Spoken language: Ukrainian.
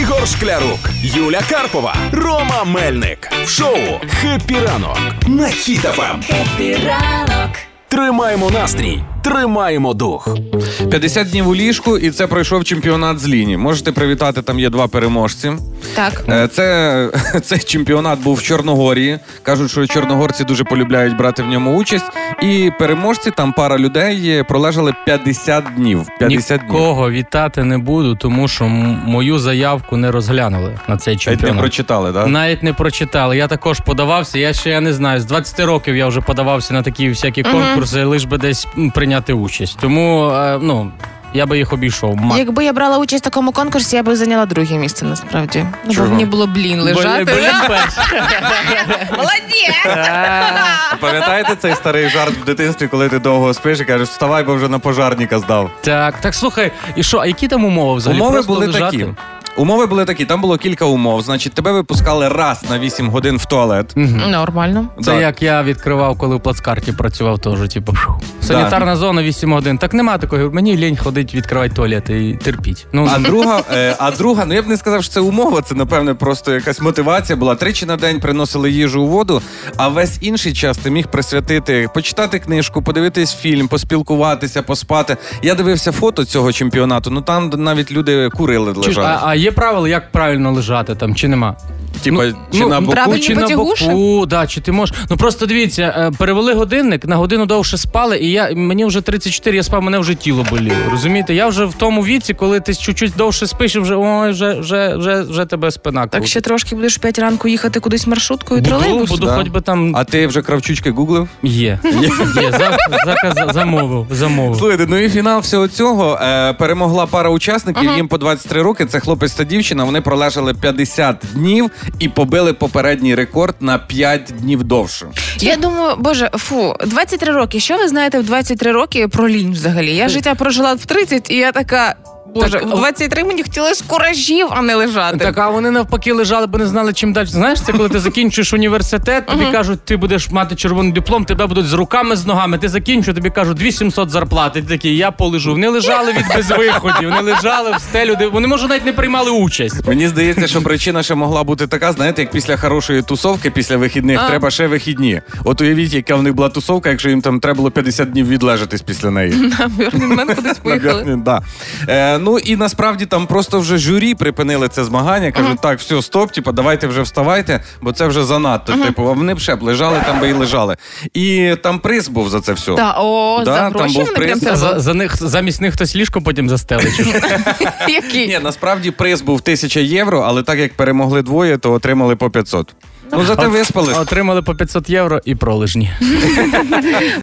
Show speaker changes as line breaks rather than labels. Ігор Шклярук, Юля Карпова, Рома Мельник. В шоу «Хеппі ранок» на Хіт-ФМ.
Ранок.
Тримаємо настрій, тримаємо дух.
50 днів у ліжку, і це пройшов чемпіонат з ліні. Можете привітати, там є два переможці.
Так.
Е, Це, цей чемпіонат був в Чорногорії. Кажуть, що чорногорці дуже полюбляють брати в ньому участь. І переможці, там пара людей е, пролежали 50 днів. 50 днів.
Нікого вітати не буду, тому що м- мою заявку не розглянули на цей
Навіть не
чемпіонат.
прочитали, так?
Навіть не прочитали. Я також подавався. Я ще я не знаю. З 20 років я вже подавався на такі всякі конкурси, лиш би десь м, прийняти участь. Тому е, ну я би їх обійшов. Ма-
Якби я брала участь в такому конкурсі, я би зайняла друге місце насправді. Ну, Бо мені було блін лежати. Е,
Бо- бо я перший.
Молодець!
Пам'ятаєте цей старий жарт в дитинстві, коли ти довго спиш і кажеш, вставай, бо вже на пожарника здав.
Так, так слухай, і що, а які там умови взагалі?
Умови
Просто
були
лежати?
такі. Умови були такі. Там було кілька умов. Значить, тебе випускали раз на 8 годин в туалет.
Нормально.
Це
Да.
як я відкривав, коли в плацкарті працював, теж, типу, фу, санітарна зона 8 годин. Так нема такого. Мені лінь ходить відкривати туалет і терпіть. Ну,
А друга, е, а друга, ну я б не сказав, що це умова, це напевне просто якась мотивація була. Тричі на день приносили їжу у воду, а весь інший час ти міг присвятити почитати книжку, подивитись фільм, поспілкуватися, поспати. Я дивився фото цього чемпіонату. Ну там навіть люди курили
Чуєш,
лежали.
а, а є правила, як правильно лежати там, чи нема?
Типа,
ну,
чи
ну,
на боку.
правильно. Правильні
чи на
потягуші?
боку, да, чи ти можеш. Ну просто дивіться, е, перевели годинник, на годину довше спали, і я мені вже 34, я спав, мене вже тіло боліло. Розумієте? Я вже в тому віці, коли ти чуть-чуть довше спиш, і вже ой, вже, вже, вже, вже тебе спина.
Так
крутить.
ще трошки будеш в 5 ранку їхати кудись маршруткою,
буду,
тролейбусом.
буду
Да.
хоч би там.
А ти вже кравчучки гуглив?
Є. Є. За, заказ- замовив. Замовив.
Слухайте, ну і фінал всього цього е, перемогла пара учасників. Їм по 23 роки. Це хлопець та дівчина. Вони пролежали 50 днів і побили попередній рекорд на 5 днів довше.
Я думаю, боже, фу, 23 роки. Що ви знаєте в 23 роки про лінь взагалі? Я життя прожила в 30, і я така. Боже,
Так,
в 23 мені хотілося куражів, а не лежати.
Так, а вони навпаки лежали, бо не знали, чим далі. Знаєш, це коли ти закінчуєш університет, тобі кажуть, ти будеш мати червоний диплом, тебе будуть з руками, з ногами. Ти закінчуєш, тобі кажуть 2700 зарплати. Ти такий, я полежу. Вони лежали від безвиходів, вони лежали в стелю. де- Вони може навіть не приймали участь.
Мені здається, що причина ще могла бути така, знаєте, як після хорошої тусовки, після вихідних
А.
треба ще вихідні. От уявіть, яка в них була тусовка, якщо їм там треба було 50 днів відлежатись після неї.
На Бьорнінмен кудись поїхали.
Напевне, Да. Е, ну і насправді там просто вже журі припинили це змагання. Кажуть, так, все, стоп, типу, давайте вже вставайте, бо це вже занадто. Типу, а вони б ще б лежали там би і лежали. І там приз був за це все.
Та о,
Да,
за
там
гроші
був
вони
приз.
прям
А За,
тебе.
за них замість них хтось ліжко потім застелить. чи що?
Які?
Ні, насправді приз був 1000 євро, але так як перемогли двоє, то отримали по 500. Ну, зате виспались.
Отримали по 500 євро і пролежні.